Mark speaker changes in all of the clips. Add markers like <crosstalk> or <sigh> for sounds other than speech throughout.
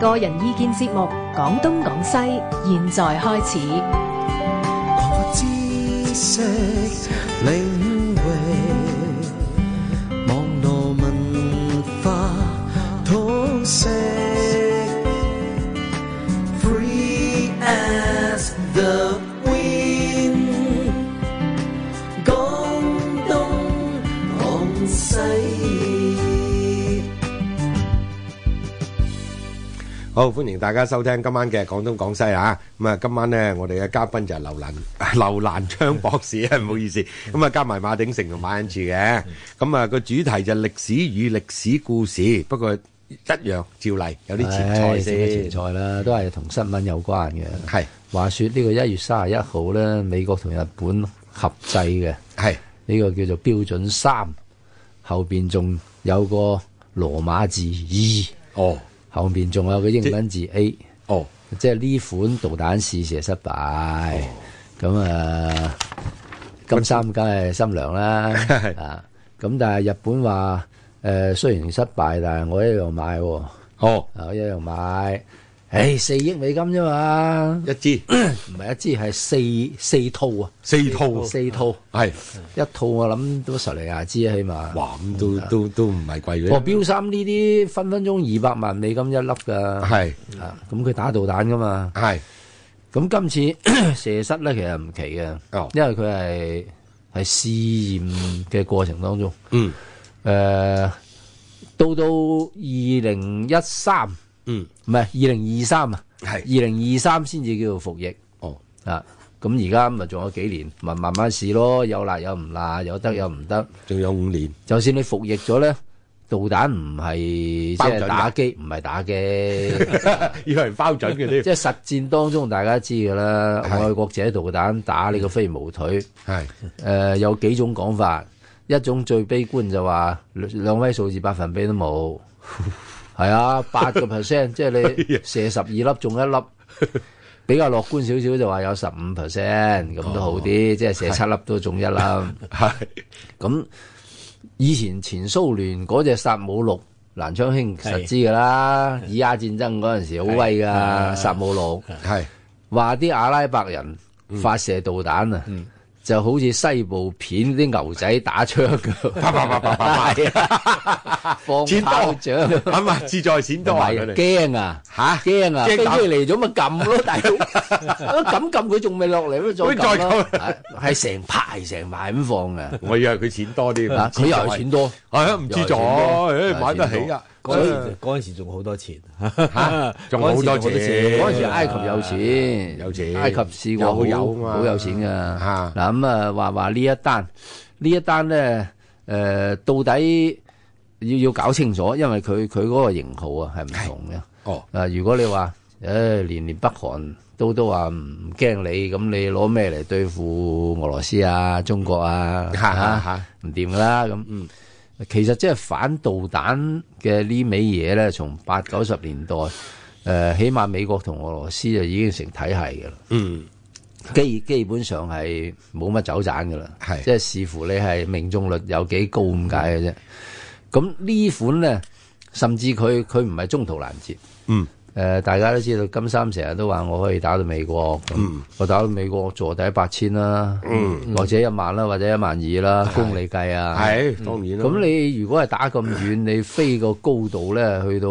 Speaker 1: 個人意見節目《講東講西》，現在開始。
Speaker 2: 擴闊知識領域，網絡文化通識，free as the wind。廣東廣西。
Speaker 3: 好，歡迎大家收聽今晚嘅廣東廣西啊！咁啊，今晚呢，我哋嘅嘉賓就係劉蘭 <laughs> 劉蘭昌博士啊，唔好意思，咁啊加埋馬鼎盛同馬恩賜嘅，咁啊個主題就歷史與歷史故事，不過一樣照例有啲前菜
Speaker 4: 唉整啲
Speaker 3: 先
Speaker 4: 前，菜啦，都係同新聞有關嘅。
Speaker 3: 係
Speaker 4: 話說呢個一月三十一號咧，美國同日本合制嘅
Speaker 3: 係
Speaker 4: 呢個叫做標準三，後邊仲有個羅馬字
Speaker 3: 哦
Speaker 4: 二，後邊仲有個英文字 A，
Speaker 3: 哦。
Speaker 4: 即係呢款導彈試射失敗。咁啊，金三梗係心涼啦啊，咁但係日本話誒、雖然失敗，但係我一樣買喎。
Speaker 3: 哦，
Speaker 4: 啊，我一樣買。唉，四億美金啫嘛，
Speaker 3: 一支
Speaker 4: 唔係一支係四四套啊，
Speaker 3: 四套
Speaker 4: 四套，
Speaker 3: 係
Speaker 4: 一套我諗都十零廿支啊，起碼。
Speaker 3: 哇咁都都都唔係貴
Speaker 4: 哦，
Speaker 3: 嘅，
Speaker 4: 標三呢啲分分鐘二百萬美金一粒㗎，
Speaker 3: 係
Speaker 4: 啊，咁佢打導彈㗎嘛，
Speaker 3: 係
Speaker 4: 咁今次 <coughs> 射失咧其實唔奇嘅，
Speaker 3: 哦
Speaker 4: 因為佢係係試驗嘅過程當中，
Speaker 3: 嗯
Speaker 4: 誒、到到二零一三，
Speaker 3: 嗯
Speaker 4: 唔係二零二三啊，二
Speaker 3: 係
Speaker 4: 零二三先至叫做服役
Speaker 3: 哦
Speaker 4: 啊。咁而家咪仲有幾年，咪慢慢試咯，有辣有唔辣，有
Speaker 3: 嗯
Speaker 4: 得有唔得。
Speaker 3: 仲有五年
Speaker 4: 就算你服役咗咧，導彈唔係即
Speaker 3: 包準
Speaker 4: 係
Speaker 3: 㗎
Speaker 4: 打機，唔係
Speaker 3: <laughs>
Speaker 4: 打機，
Speaker 3: <laughs> 以為包準嘅添，
Speaker 4: 即係實戰當中大家知㗎啦。
Speaker 3: 係
Speaker 4: 愛國者導彈打你個飛毛腿，誒、
Speaker 3: 係
Speaker 4: 呃有幾種講法，一種最悲觀就話兩兩位數字百分比都冇，係啊，八個 percent，即係你射十二粒中一粒。比較樂觀少少就話有十五 percent 咁都好啲，即係射七粒都中一粒。
Speaker 3: 係
Speaker 4: 咁以前前蘇聯嗰隻薩姆六蘭昌興實知㗎啦，以亞戰爭嗰陣時好威㗎薩姆六，
Speaker 3: 係
Speaker 4: 話啲阿拉伯人
Speaker 3: 嗯
Speaker 4: 發射導彈啊。就好似西部片啲牛仔打槍咁，
Speaker 3: 啪啪啪啪
Speaker 4: <laughs>
Speaker 3: 啪
Speaker 4: 係啊放
Speaker 3: 錢多
Speaker 4: 炮仗，
Speaker 3: 咁啊志在閃多啊佢
Speaker 4: 係
Speaker 3: 哋。
Speaker 4: 驚啊
Speaker 3: 嚇
Speaker 4: 驚啊，
Speaker 3: 驚
Speaker 4: 飛機
Speaker 3: 打
Speaker 4: 嚟咗咪撳咯，大佬，
Speaker 3: <laughs>
Speaker 4: 咁撳佢仲未落嚟，咪再
Speaker 3: 再
Speaker 4: 撳咯
Speaker 3: 撳，
Speaker 4: 係係成排成排咁
Speaker 3: <laughs>
Speaker 4: 放嘅，
Speaker 3: 我以為佢錢多啲，
Speaker 4: 啊佢又係錢多。
Speaker 3: 係啊，唔知咗，
Speaker 4: 又
Speaker 3: 誒
Speaker 4: 係錢多
Speaker 3: 買得起啊，
Speaker 2: 嗰陣嗰陣時仲好多錢， <laughs>
Speaker 3: 仲好多錢
Speaker 2: 嗰陣時仲好
Speaker 4: 嗰
Speaker 2: 多
Speaker 4: 陣時埃及有錢，
Speaker 3: 有錢
Speaker 4: 埃及試過好
Speaker 3: 有有嘛
Speaker 4: 好有錢㗎。
Speaker 3: 啊
Speaker 4: 嗱咁啊，話話呢一單，呢一單咧，誒到底要要搞清楚，因為佢佢嗰個型號啊係唔同嘅。
Speaker 3: 哦，
Speaker 4: 啊，如果你話，誒年年北韓都都話唔驚你，咁你攞咩嚟對付俄羅斯啊、中國啊？
Speaker 3: 嚇嚇
Speaker 4: 啊
Speaker 3: 嚇，
Speaker 4: 唔掂㗎啦咁。其實即係反導彈嘅呢味嘢咧，從八九十年代，誒、起碼美國同俄羅斯就已經成體系㗎啦。
Speaker 3: 嗯，
Speaker 4: 基基本上係冇乜走盞㗎啦，
Speaker 3: 係
Speaker 4: 即係視乎你係命中率有幾高咁解嘅啫。咁呢款咧，甚至佢佢唔係中途攔截。
Speaker 3: 嗯。
Speaker 4: 誒、呃大家都知道金三成日都話我可以打到美國，咁、
Speaker 3: 嗯
Speaker 4: 我打到美國坐底八千啦，或者一萬啦，或者一萬二啦，公里計啊。
Speaker 3: 嗯係當然啦，
Speaker 4: 咁你如果係打咁遠，你飛個高度咧，去到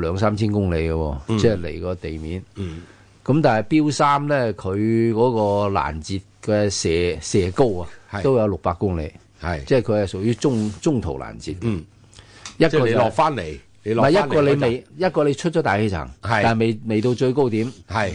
Speaker 4: 兩三千公里嘅喎，即係離個地面。
Speaker 3: 嗯
Speaker 4: 咁但係標三咧，佢嗰個攔截嘅射射高啊，
Speaker 3: 係
Speaker 4: 都有六百公里，
Speaker 3: 係
Speaker 4: 即係佢係屬於中中途攔截。
Speaker 3: 嗯，
Speaker 4: 一
Speaker 3: 即係
Speaker 4: 個
Speaker 3: 你
Speaker 4: 就
Speaker 3: 落
Speaker 4: 係
Speaker 3: 翻嚟，你
Speaker 4: 唔
Speaker 3: 落
Speaker 4: 係
Speaker 3: 返嚟
Speaker 4: 一個你
Speaker 3: 嗰陣
Speaker 4: 未一個你出咗大氣層，但係未未到最高點。
Speaker 3: 係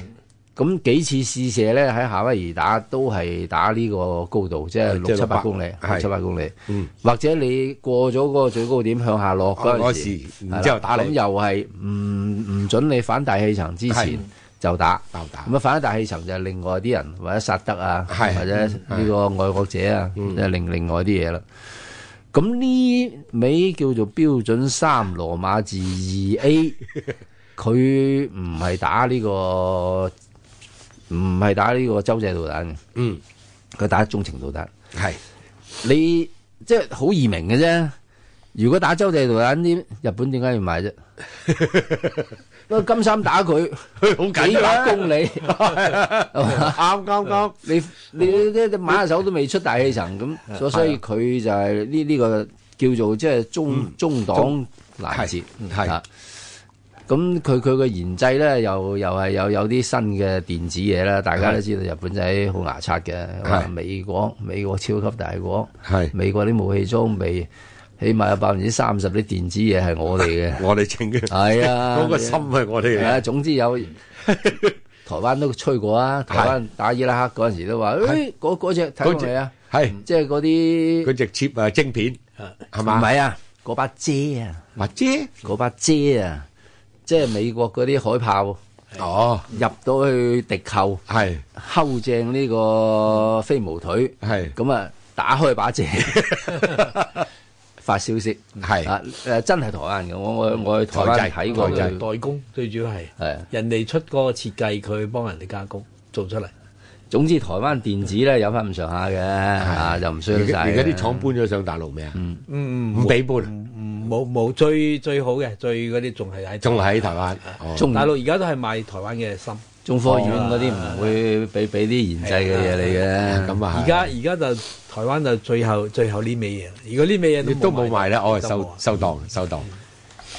Speaker 4: 咁幾次試射咧喺夏威夷打都係打呢個高度，即
Speaker 3: 即
Speaker 4: 係
Speaker 3: 係
Speaker 4: 六
Speaker 3: 六
Speaker 4: 七
Speaker 3: 百
Speaker 4: 百公里，
Speaker 3: 係
Speaker 4: 六七百公里
Speaker 3: 嗯。啊
Speaker 4: 或者你過咗嗰個最高點向下落嗰
Speaker 3: 嗰
Speaker 4: 陣
Speaker 3: 時
Speaker 4: 時，
Speaker 3: 然之後打
Speaker 4: 係啦
Speaker 3: 你
Speaker 4: 咁又係唔唔準你反大氣層之
Speaker 3: 係
Speaker 4: 前就打。
Speaker 3: 爆打
Speaker 4: 咁啊，反大氣層就係另外啲人或者薩德啊，
Speaker 3: 係嗯
Speaker 4: 或者呢個愛國者啊，即係另另外啲嘢啦。咁呢尾叫做標準三羅馬字
Speaker 3: <laughs>
Speaker 4: 二 A，佢唔係打呢、個唔係打呢個洲際導彈嘅，
Speaker 3: 嗯
Speaker 4: 佢打中程導彈。
Speaker 3: 係
Speaker 4: 你即係好易明嘅啫。如果打洲際導彈啲，日本點解
Speaker 3: <laughs>
Speaker 4: 要買啫？不過金三打佢幾百公里，
Speaker 3: <laughs> 啱啱啱，
Speaker 4: 你你你你馬下手都未出大氣層咁，
Speaker 3: 嗯
Speaker 4: 所所
Speaker 3: 啊
Speaker 4: 以佢就係呢呢個叫做即係中中黨攔截
Speaker 3: 嗯係
Speaker 4: 啊咁佢佢嘅研製咧，又又係有有啲新嘅電子嘢啦。大家都知道日本仔好牙刷嘅，話美國美國超級大國，
Speaker 3: 係
Speaker 4: 美國啲武器裝備起碼有百分之三十啲電子嘢係我
Speaker 3: <laughs>，
Speaker 4: 哋嘅
Speaker 3: 我哋整嘅，
Speaker 4: 係啊，
Speaker 3: 嗰個心係我哋
Speaker 4: 係啊，
Speaker 3: 嘅，
Speaker 4: 總之
Speaker 3: <laughs>
Speaker 4: 有台灣都吹過啊，台灣打伊拉克嗰陣時都話，誒嗰嗰只睇過未啊？
Speaker 3: 係
Speaker 4: 即係嗰啲
Speaker 3: 嗰隻 chip 啊晶片係
Speaker 4: 唔
Speaker 3: 嘛？
Speaker 4: 係啊，嗰把遮啊，
Speaker 3: 或者
Speaker 4: 嗰把遮啊，即係美國嗰啲海炮
Speaker 3: 哦，
Speaker 4: 入到去敵後，
Speaker 3: 係
Speaker 4: 睺正呢個飛毛腿，
Speaker 3: 係
Speaker 4: 咁啊打開
Speaker 3: <laughs>
Speaker 4: 把遮。發消息
Speaker 3: 係
Speaker 4: 啊！誒真係台灣嘅，我我我去台灣
Speaker 3: 台
Speaker 4: 睇
Speaker 3: 製
Speaker 4: 過
Speaker 3: 台
Speaker 4: 佢
Speaker 3: 製
Speaker 2: 代工最主要係
Speaker 4: 係啊
Speaker 2: 人哋出嗰個設計，佢幫人哋加工做出嚟。
Speaker 4: 總之台灣電子咧有翻咁上下嘅，啊就唔衰
Speaker 3: 而
Speaker 4: 得
Speaker 3: 家
Speaker 4: 晒
Speaker 3: 而
Speaker 4: 嘅。
Speaker 3: 家啲廠搬咗上大陸未啊？
Speaker 2: 嗯，
Speaker 3: 唔俾搬，
Speaker 2: 唔冇冇最最好嘅，最嗰啲仲係喺
Speaker 3: 嗯仲喺台灣。哦
Speaker 4: 中
Speaker 2: 大陸而家都係賣台灣嘅心。
Speaker 4: 中科院嗰啲唔會俾俾啲研製嘅嘢你嘅。
Speaker 3: 咁啊，
Speaker 2: 而家而家就台灣就最後最後呢味嘢，如果呢味嘢
Speaker 3: 亦都冇賣
Speaker 2: 賣
Speaker 3: 啦，我係
Speaker 2: 都冇
Speaker 3: 收
Speaker 2: 啊
Speaker 3: 收檔收檔。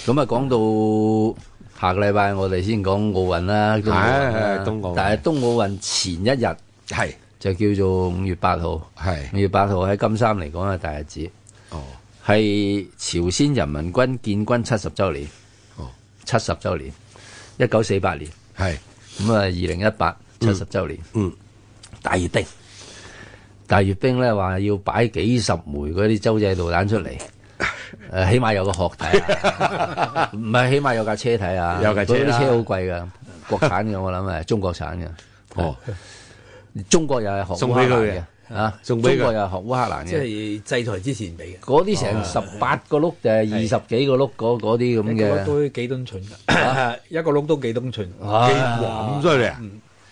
Speaker 4: 咁啊，講到下個禮拜我哋先講奧運啦，東奧運啦
Speaker 3: 係係東奧運
Speaker 4: 但係東奧運前一日
Speaker 3: 係
Speaker 4: 就叫做五月八號，五
Speaker 3: 係
Speaker 4: 月八號喺金三嚟講係大日子，
Speaker 3: 哦
Speaker 4: 係朝鮮人民軍建軍七十週年，
Speaker 3: 哦
Speaker 4: 七十週年，一九四八年，
Speaker 3: 係
Speaker 4: 咁啊二零一八七十週年。
Speaker 3: 嗯
Speaker 4: 大閱兵，大閱兵咧話要擺幾十枚嗰啲洲際導彈出
Speaker 3: <laughs>
Speaker 4: 嚟，誒、起碼有個殼睇啊，唔係起碼有架車睇啊，
Speaker 3: 有架車
Speaker 4: 嗰啲
Speaker 3: 啦
Speaker 4: 車好貴噶，國產
Speaker 3: <laughs>
Speaker 4: 嘅我諗係中國產嘅，
Speaker 3: 哦
Speaker 4: 中國又係學
Speaker 3: 送
Speaker 4: 烏克
Speaker 3: 俾佢
Speaker 4: 蘭嘅，啊，
Speaker 3: 送
Speaker 4: 中
Speaker 3: 俾佢
Speaker 4: 國又係學烏克蘭
Speaker 2: 即
Speaker 4: 嘅，
Speaker 2: 係制台之前俾嘅。
Speaker 4: 嗰啲成十八個碌定係二十幾個碌嗰嗰啲咁
Speaker 2: 一個
Speaker 4: 嘅
Speaker 2: 碌。都幾噸寸
Speaker 3: <laughs>
Speaker 2: 㗎，一個碌都幾噸寸。
Speaker 4: 啊
Speaker 3: 哇咁犀利啊！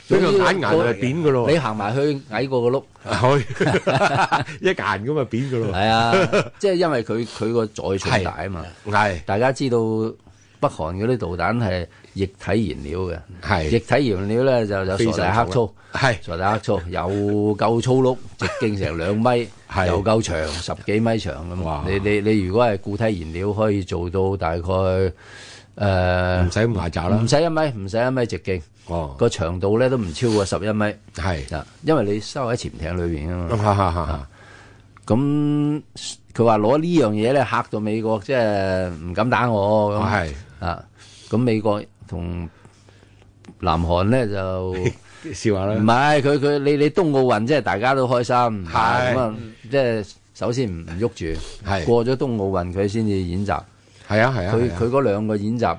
Speaker 3: 呢個眼牙就係扁噶咯
Speaker 4: 你
Speaker 3: 喎，
Speaker 4: 行埋去矮過個碌，
Speaker 3: À, <laughs> 係一眼咁啊扁 <laughs> 噶咯喎，
Speaker 4: 係啊，即係因為佢佢個載重大啊嘛。
Speaker 3: 係
Speaker 4: 大家知道北韓嗰啲導彈係液體燃料嘅，液
Speaker 3: 係
Speaker 4: 體燃料咧就有
Speaker 3: 非
Speaker 4: 傻大
Speaker 3: 常重
Speaker 4: 黑粗，
Speaker 3: 啊係
Speaker 4: 傻大黑粗又夠
Speaker 3: <laughs>
Speaker 4: 粗碌，直徑成兩米
Speaker 3: 係，
Speaker 4: 又夠長十幾米長
Speaker 3: 哇
Speaker 4: 咁。你你你如果係固體燃料，可以做到大概誒
Speaker 3: 唔使咁牙爪啦
Speaker 4: 唔，使一米，唔使一米直徑，
Speaker 3: 哦
Speaker 4: 個長度咧都唔超過十一米
Speaker 3: 係
Speaker 4: 啊，因為你收喺潛艇裏邊啊嘛。
Speaker 3: 哈哈哈
Speaker 4: 咁佢話攞呢樣嘢咧嚇到美國，即係唔敢打我咁。
Speaker 3: 哦係
Speaker 4: 啊，咁美國同南韓
Speaker 3: <laughs>
Speaker 4: 咧就唔
Speaker 3: 笑下啦，
Speaker 4: 係佢佢你你東奧運即係大家都開心，係
Speaker 3: 係
Speaker 4: 咁啊，即係首先唔唔喐住，
Speaker 3: 係
Speaker 4: 過咗東奧運佢先至演習，
Speaker 3: 係啊係啊，
Speaker 4: 佢
Speaker 3: 係啊
Speaker 4: 佢嗰兩個演習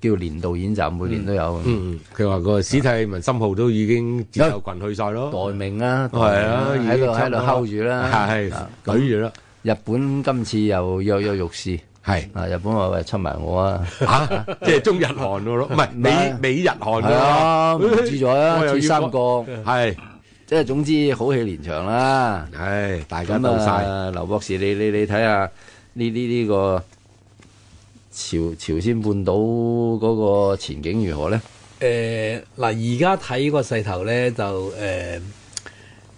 Speaker 4: 叫年度演習，每年都有，
Speaker 3: 嗯嗯佢話個史蒂文森號都已經接受群去晒咯，
Speaker 4: 待命啦，待
Speaker 3: 係
Speaker 4: 命
Speaker 3: 啊
Speaker 4: 啦，
Speaker 3: 已經
Speaker 4: 喺度
Speaker 3: 差
Speaker 4: 喺
Speaker 3: 唔
Speaker 4: 度
Speaker 3: 多
Speaker 4: 睺住啦，
Speaker 3: 係
Speaker 4: 啊
Speaker 3: 懟住啦，
Speaker 4: 日本今次又躍躍欲試，
Speaker 3: 係
Speaker 4: 啊日本話喂侵埋我啊！
Speaker 3: <laughs> 嚇，即係中日韓噶咯，唔係美
Speaker 4: 唔係
Speaker 3: 美日韓
Speaker 4: 係
Speaker 3: <laughs>
Speaker 4: 啊，
Speaker 3: 噶
Speaker 4: 唔知咗啦，
Speaker 3: 我又要
Speaker 4: 鐵三角，
Speaker 3: 係
Speaker 4: 即係總之好戲連場啦。
Speaker 3: 唉，大家
Speaker 4: 咁
Speaker 3: 鬥晒。
Speaker 4: 啊，劉博士，你你你睇下呢呢呢個朝朝鮮半島嗰個前景如何咧？
Speaker 2: 誒呃嗱，而家睇個勢頭咧，就誒、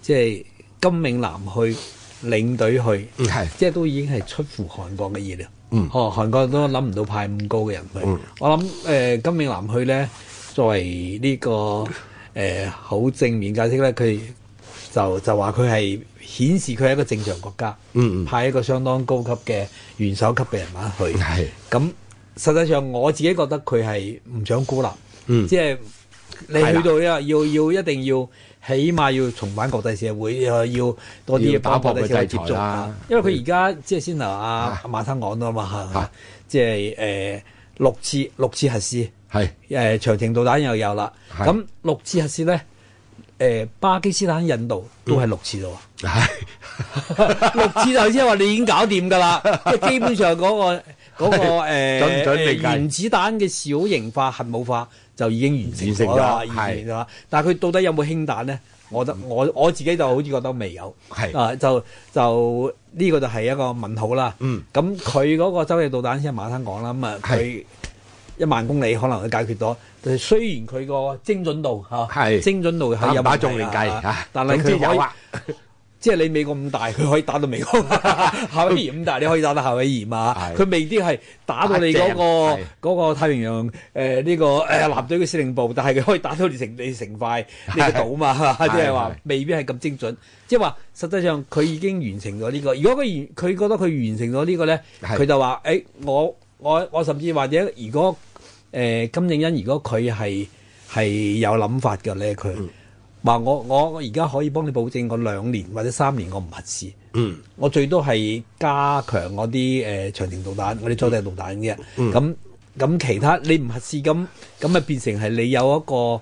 Speaker 2: 即係金永南去領隊去，
Speaker 3: 嗯係
Speaker 2: 即係都已經係出乎韓國嘅意料。
Speaker 3: 嗯
Speaker 2: 哦，韓國都諗唔到派咁高嘅人去。
Speaker 3: 嗯
Speaker 2: 我諗誒、呃金永南去咧，作為呢、個誒好、正面解釋咧，佢就就話佢係顯示佢係一個正常國家，
Speaker 3: 嗯嗯
Speaker 2: 派一個相當高級嘅元首級嘅人物去。
Speaker 3: 係
Speaker 2: 咁實際上我自己覺得佢係唔想孤立，
Speaker 3: 嗯
Speaker 2: 即係你
Speaker 3: 係啦
Speaker 2: 去到呢，要要一定要起碼要重返國際社會，呃要多啲
Speaker 3: 要
Speaker 2: 嘢
Speaker 3: 打
Speaker 2: 幫
Speaker 3: 破
Speaker 2: 國
Speaker 3: 佢
Speaker 2: 際社
Speaker 3: 制
Speaker 2: 會接
Speaker 3: 裁
Speaker 2: 觸
Speaker 3: 啦嗯
Speaker 2: 啊。因為佢而家即係先頭阿馬生講到啊嘛，嚇即係誒六次六次核試，
Speaker 3: 係
Speaker 2: 誒長程導彈又有啦。
Speaker 3: 係
Speaker 2: 咁六次核試咧，誒巴基斯坦、印度都係六次到啊。
Speaker 3: 係
Speaker 2: <laughs> 六次就即係話你已經搞掂
Speaker 3: <laughs>
Speaker 2: 㗎啦，即係基本上嗰、個嗰、個誒、
Speaker 3: 準準備計
Speaker 2: 呃原子彈嘅小型化、核武化就已經完成咗啦，
Speaker 3: 完成咗係
Speaker 2: 完成咗啦。但係佢到底有冇氫彈咧？我覺得我我自己就好似覺得未有，
Speaker 3: 係
Speaker 2: 啊就就呢、個就係一個問號啦。
Speaker 3: 嗯，
Speaker 2: 咁佢嗰個洲際導彈先係馬生講啦，咁啊佢一萬公里可能佢解決咗，但係雖然佢個精準度嚇，
Speaker 3: 係
Speaker 2: 精準度係
Speaker 3: 打
Speaker 2: 有問
Speaker 3: 唔打
Speaker 2: 題
Speaker 3: 中另計
Speaker 2: 啊
Speaker 3: 嚇
Speaker 2: 但係
Speaker 3: 總之
Speaker 2: 佢可以 <laughs>
Speaker 3: 有啊
Speaker 2: 即係你美國咁大，佢可以打到
Speaker 3: <laughs>
Speaker 2: 美國夏威夷咁大，你可以打到夏威夷嘛？
Speaker 3: 係
Speaker 2: 佢未必係打到你嗰、
Speaker 3: 打正
Speaker 2: 個嗰個太平洋誒呢、個誒艦隊嘅司令部，但係佢可以打到你成你成塊你個島嘛？ <laughs> 即係
Speaker 3: 係
Speaker 2: 話未必係咁精準，即係話實際上佢已經完成咗呢、個。如果佢完佢覺得佢完成咗呢個咧，
Speaker 3: 係
Speaker 2: 佢就話：誒、我我我甚至或者如果誒、金正恩如果佢係係有諗法嘅咧，佢話、我我我而家可以幫你保證，我兩年或者三年我唔核試，
Speaker 3: 嗯，
Speaker 2: 我最多係加強我啲誒長程導彈，
Speaker 3: 嗯
Speaker 2: 我啲裝彈導彈嘅，咁咁、其他你唔核試咁咁咪變成係你有一個。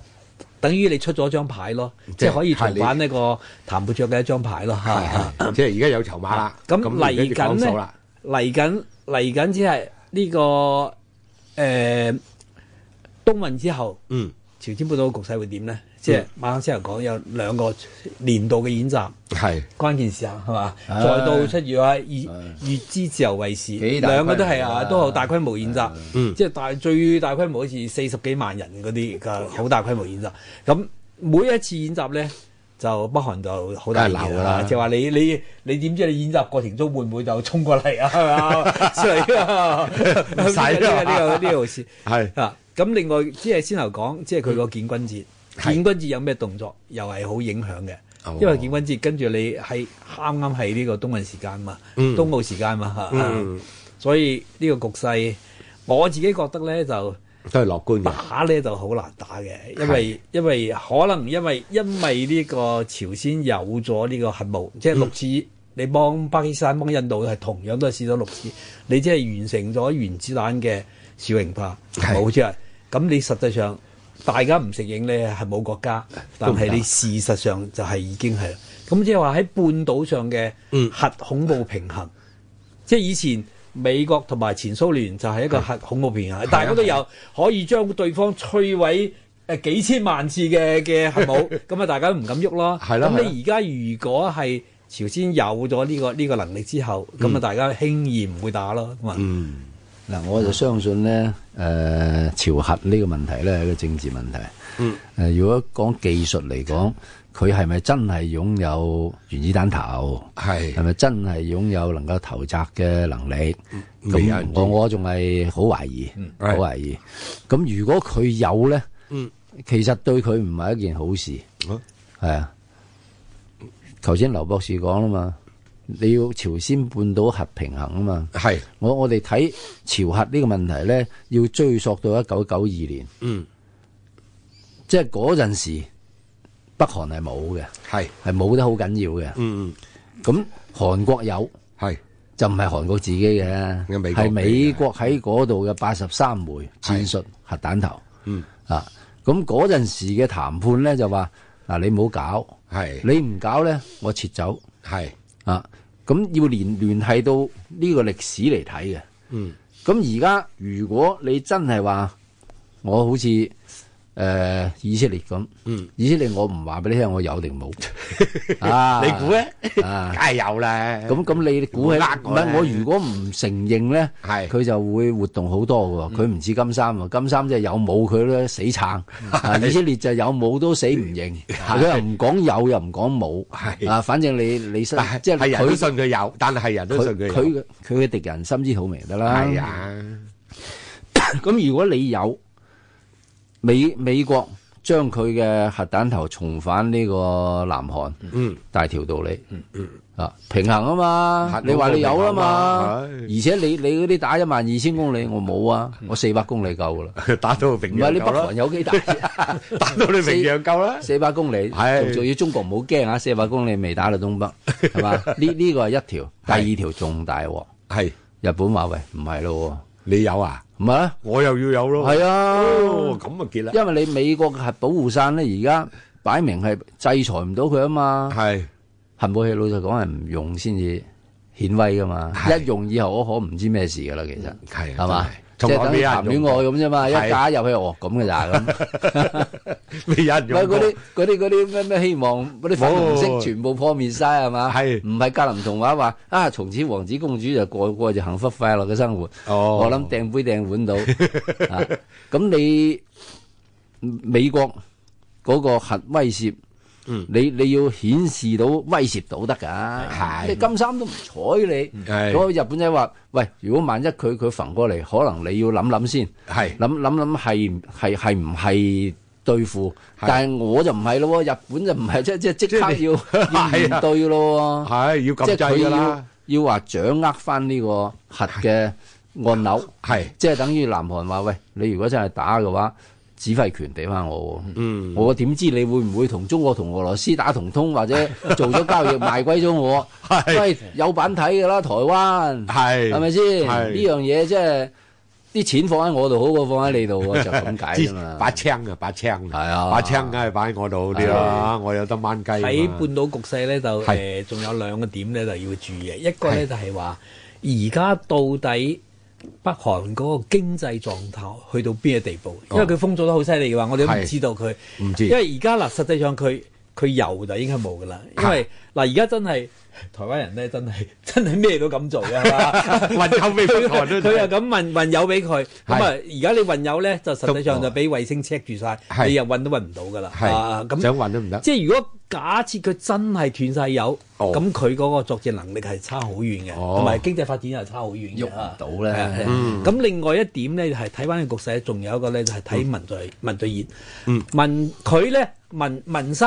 Speaker 2: 等於你出咗張牌咯，即係可以重
Speaker 3: 係
Speaker 2: 返呢個談判桌嘅一張牌咯，嚇
Speaker 3: 係係即係而家有籌碼啦，
Speaker 2: 咁
Speaker 3: 而家就
Speaker 2: 嚟緊
Speaker 3: 講數
Speaker 2: 咧
Speaker 3: 啦，
Speaker 2: 嚟緊嚟緊只係呢個誒、呃、冬運之後，
Speaker 3: 嗯，
Speaker 2: 朝鮮半島局勢會點咧？即係馬克思又講有兩個年度嘅演習，
Speaker 3: 係
Speaker 2: 關鍵時候係嘛？
Speaker 4: 唉
Speaker 2: 再到出現喺越越之自由衛士，
Speaker 4: 幾大規模啊
Speaker 2: 兩個都係啊，都好大規模演習，
Speaker 3: 嗯
Speaker 2: 即係大最大規模好似四十幾萬人嗰啲嘅好大規模演習。咁每一次演習咧。就北韓就好大
Speaker 3: 梗係
Speaker 2: 鬧
Speaker 3: 鬧
Speaker 2: 㗎
Speaker 3: 㗎啦
Speaker 2: 啦，就話你你你點知你演習過程中會唔會就衝過嚟啊？係嘛，出嚟 <laughs> 啊！
Speaker 3: 唔使啦
Speaker 2: 呢個呢個呢個呢個回事。
Speaker 3: 係
Speaker 2: 啊，咁另外即係先頭講，即係佢個建軍節，
Speaker 3: 嗯係
Speaker 2: 建軍節有咩動作，又係好影響嘅
Speaker 3: 哦。
Speaker 2: 因為建軍節跟住你係啱啱係呢個冬運時間嘛，
Speaker 3: 嗯
Speaker 2: 冬奧時間嘛嚇，
Speaker 3: 嗯
Speaker 2: 所以呢個局勢我自己覺得咧就
Speaker 3: 都係樂觀嘅，
Speaker 2: 打咧就好難打嘅，因為因為可能因為因為呢個朝鮮有咗呢個核武，即係
Speaker 3: 嗯
Speaker 2: 六次。你幫巴基斯坦、幫印度係同樣都係試咗六次，你即係完成咗原子彈嘅小型化
Speaker 3: 係
Speaker 2: 冇錯。咁你實際上大家唔承認你係冇國家，但係你事實上就係已經係啦。咁即係話喺半島上嘅
Speaker 3: 嗯
Speaker 2: 核恐怖平衡，即係以前美國同埋前蘇聯就係一個核恐怖啊平衡，
Speaker 3: 啊
Speaker 2: 大家都有可以將對方摧毀誒幾千萬次
Speaker 3: <laughs>
Speaker 2: 嘅嘅核武，咁啊大家都唔敢喐咯。
Speaker 3: 係啦係
Speaker 2: 咁
Speaker 3: 啦
Speaker 2: 你而家如果係朝鮮有咗呢、個呢、個能力之後，咁啊大家輕易唔會打咯。咁啊、
Speaker 3: 嗯，
Speaker 4: 嗱，我就相信咧，誒、朝核呢個問題咧係一個政治問題。嗯。誒、如果講技術嚟講，佢係咪真係擁有原子彈頭？係
Speaker 3: 係
Speaker 4: 咪真係擁有能夠投擲嘅能力？
Speaker 3: 嗯未有
Speaker 4: 咁
Speaker 3: 人知
Speaker 4: 我我仲係好懷疑，好
Speaker 3: 係
Speaker 4: 懷疑。咁如果佢有咧，
Speaker 3: 嗯
Speaker 4: 其實對佢唔係一件好事，
Speaker 3: 好
Speaker 4: 係啊。頭先劉博士講啦嘛，你要朝鮮半島核平衡啊嘛。
Speaker 3: 係
Speaker 4: 我我哋睇朝核呢個問題咧，要追溯到一九九二年，
Speaker 3: 嗯
Speaker 4: 即係嗰陣時北韓係冇嘅，
Speaker 3: 係
Speaker 4: 係冇得好緊要嘅。
Speaker 3: 嗯
Speaker 4: 咁韓國有
Speaker 3: 係
Speaker 4: 就唔係韓國自己嘅，
Speaker 3: 嘅嗯美國
Speaker 4: 係美國喺嗰度嘅八十三枚戰術核彈頭。
Speaker 3: 嗯
Speaker 4: 啊，咁嗰陣時嘅談判咧就話嗱，你唔好搞，
Speaker 3: 係
Speaker 4: 你唔搞咧，我撤走
Speaker 3: 係
Speaker 4: 啊。咁要聯聯繫到呢個歷史嚟睇嘅。
Speaker 3: 嗯
Speaker 4: 咁而家如果你真係話我好似誒、呃以色列咁，
Speaker 3: 嗯
Speaker 4: 以色列我唔話俾你聽，我
Speaker 3: <laughs>
Speaker 4: 有定冇啊？
Speaker 3: 你估咧？
Speaker 4: 啊
Speaker 3: 梗係有啦。
Speaker 4: 咁咁你估起
Speaker 3: 唔好呃
Speaker 4: 唔
Speaker 3: 我咧
Speaker 4: 係我如果唔承認咧，
Speaker 3: 係嗯
Speaker 4: 佢就會活動好多嘅喎。佢唔似金三喎，金三即係有冇佢咧死撐，
Speaker 3: <laughs>
Speaker 4: 啊以色列就有冇都死唔認，佢又唔講有又唔講
Speaker 3: 係
Speaker 4: 冇，啊反正你你信
Speaker 3: 但係
Speaker 4: 即係
Speaker 3: 係人都
Speaker 4: 佢
Speaker 3: 信佢有，但係人都信佢
Speaker 4: 佢
Speaker 3: 有
Speaker 4: 佢嘅佢嘅敵人心知肚明得啦。
Speaker 3: 係啊，
Speaker 4: 咁如果你有美美國將佢嘅核彈頭重返呢個南韓，
Speaker 3: <laughs> 嗯，
Speaker 4: 大條道理，嗯嗯，啊平衡啊嘛
Speaker 3: 核，
Speaker 4: 你話你有啦嘛，
Speaker 3: 武器平衡啊
Speaker 4: 而且你你嗰啲打一萬二千公里，我冇啊，我四百公里夠噶啦，
Speaker 3: 打到個
Speaker 4: 唔
Speaker 3: 嗯平
Speaker 4: 係
Speaker 3: 壤
Speaker 4: 你北
Speaker 3: 夠
Speaker 4: 韓
Speaker 3: 啦，
Speaker 4: 有
Speaker 3: <laughs>
Speaker 4: 幾大？
Speaker 3: 打到你平壤夠啦。
Speaker 4: 四百公里，
Speaker 3: 係
Speaker 4: 仲仲要中國唔好驚啊！四百公里未打到東北，係嘛？呢呢個係一條，第
Speaker 3: 係
Speaker 4: 二條仲大鑊，
Speaker 3: 係
Speaker 4: 日本話喂唔係咯
Speaker 3: 你有啊，
Speaker 4: 喎，唔係啊，
Speaker 3: 我又要有咯。
Speaker 4: 係啊。
Speaker 3: 哦，咁啊結啦。
Speaker 4: 因為你美國嘅核保護傘咧，而家擺明係制裁唔到佢啊嘛。
Speaker 3: 係
Speaker 4: 核武器老實講係唔用先至顯威噶嘛，
Speaker 3: 係
Speaker 4: 一用以後我可唔知咩事噶啦，其實
Speaker 3: 係啊
Speaker 4: 係
Speaker 3: 真
Speaker 4: 嘛
Speaker 3: 係？
Speaker 4: 即
Speaker 3: 從
Speaker 4: 係
Speaker 3: 來
Speaker 4: 等
Speaker 3: 未
Speaker 4: 於
Speaker 3: 有人
Speaker 4: 談
Speaker 3: 用
Speaker 4: 戀
Speaker 3: <laughs>
Speaker 4: 愛
Speaker 3: 過
Speaker 4: 咁啫嘛，一
Speaker 3: 係
Speaker 4: 嫁入去哦咁嘅
Speaker 3: <laughs>
Speaker 4: 咋咁。
Speaker 3: 未有人用
Speaker 4: 喂，嗰
Speaker 3: 過。
Speaker 4: 啲嗰啲嗰啲咩咩希望嗰啲粉紅
Speaker 3: 冇
Speaker 4: 色全部破滅晒係嘛？
Speaker 3: 哦係
Speaker 4: 唔係格林童話話啊？從此王子公主就過過就幸福快樂嘅生活。
Speaker 3: 哦
Speaker 4: 我諗掟杯掟碗到 <laughs> 啊！咁你嗯美國嗰個核威脅，
Speaker 3: 嗯
Speaker 4: 你你要顯示到威脅到得㗎。
Speaker 3: 係
Speaker 4: 你金三都唔睬你。
Speaker 3: 係
Speaker 4: 嗰個日本仔話：喂，如果萬一佢佢揈過嚟，可能你要諗諗先。
Speaker 3: 係
Speaker 4: 諗諗諗係係係唔係對付？
Speaker 3: 係
Speaker 4: 但係我就唔係咯喎，日本就唔係即即即刻
Speaker 3: <laughs>
Speaker 4: 要要
Speaker 3: 係啊
Speaker 4: 面對咯喎，
Speaker 3: 係要
Speaker 4: 即
Speaker 3: 撳
Speaker 4: 係
Speaker 3: 掣㗎
Speaker 4: 佢
Speaker 3: 啦
Speaker 4: 要。要話掌握翻呢個核嘅按鈕，
Speaker 3: 係
Speaker 4: 即係等於南韓話：喂，你如果真係打嘅話，指揮權俾翻我喎。
Speaker 3: 嗯
Speaker 4: 我點知你會唔會同中國同俄羅斯打同通，或
Speaker 3: <laughs>
Speaker 4: 者做咗交易賣歸咗我？
Speaker 3: 係
Speaker 4: 喂，有版睇㗎啦，台灣。
Speaker 3: 係
Speaker 4: 係咪先？
Speaker 3: 係
Speaker 4: 呢樣嘢即係啲錢放喺我度好過放喺你度喎，就咁解啫嘛。
Speaker 3: <laughs> 把槍啊，把槍
Speaker 4: 係啊
Speaker 3: 把槍梗係擺喺我度好啲啦，我有得掹雞
Speaker 2: 喺
Speaker 3: 啊嘛。
Speaker 2: 半島局勢咧，就
Speaker 3: 係
Speaker 2: 誒仲有兩個點咧，就要注意嘅。一個
Speaker 3: 係
Speaker 2: 咧就係話，而家到底北韓嗰個經濟狀態去到邊嘅地步？因為佢封咗得好犀利嘅話，我哋都唔
Speaker 3: 哦係
Speaker 2: 知道佢。
Speaker 3: 唔知
Speaker 2: 因為而家嗱，實際上佢佢油就應該冇噶啦，
Speaker 3: 啊
Speaker 2: 因為嗱而家真係。台灣人咧真係 <laughs> 真係咩都咁做嘅，
Speaker 3: <laughs>
Speaker 2: 係嘛
Speaker 3: 運油俾北韓都
Speaker 2: 佢佢又咁運運油俾佢，咁啊而家你運油咧就實際上
Speaker 3: 哦
Speaker 2: 就俾衛星 check 住晒，
Speaker 3: 係
Speaker 2: 你又運都運唔到噶啦，啊
Speaker 3: 係
Speaker 2: 咁
Speaker 3: 想運都唔得。
Speaker 2: 即係如果假設佢真係斷晒油，
Speaker 3: 哦
Speaker 2: 咁佢嗰個作戰能力係差好遠嘅，
Speaker 3: 哦
Speaker 2: 同埋、經濟發展又係差好遠嘅
Speaker 4: 喐唔到
Speaker 2: 係啊
Speaker 4: 咧
Speaker 2: 係，啊咁另外一點咧，係睇翻個局勢，仲有一個咧就係睇文在文在寅，文佢咧文文生。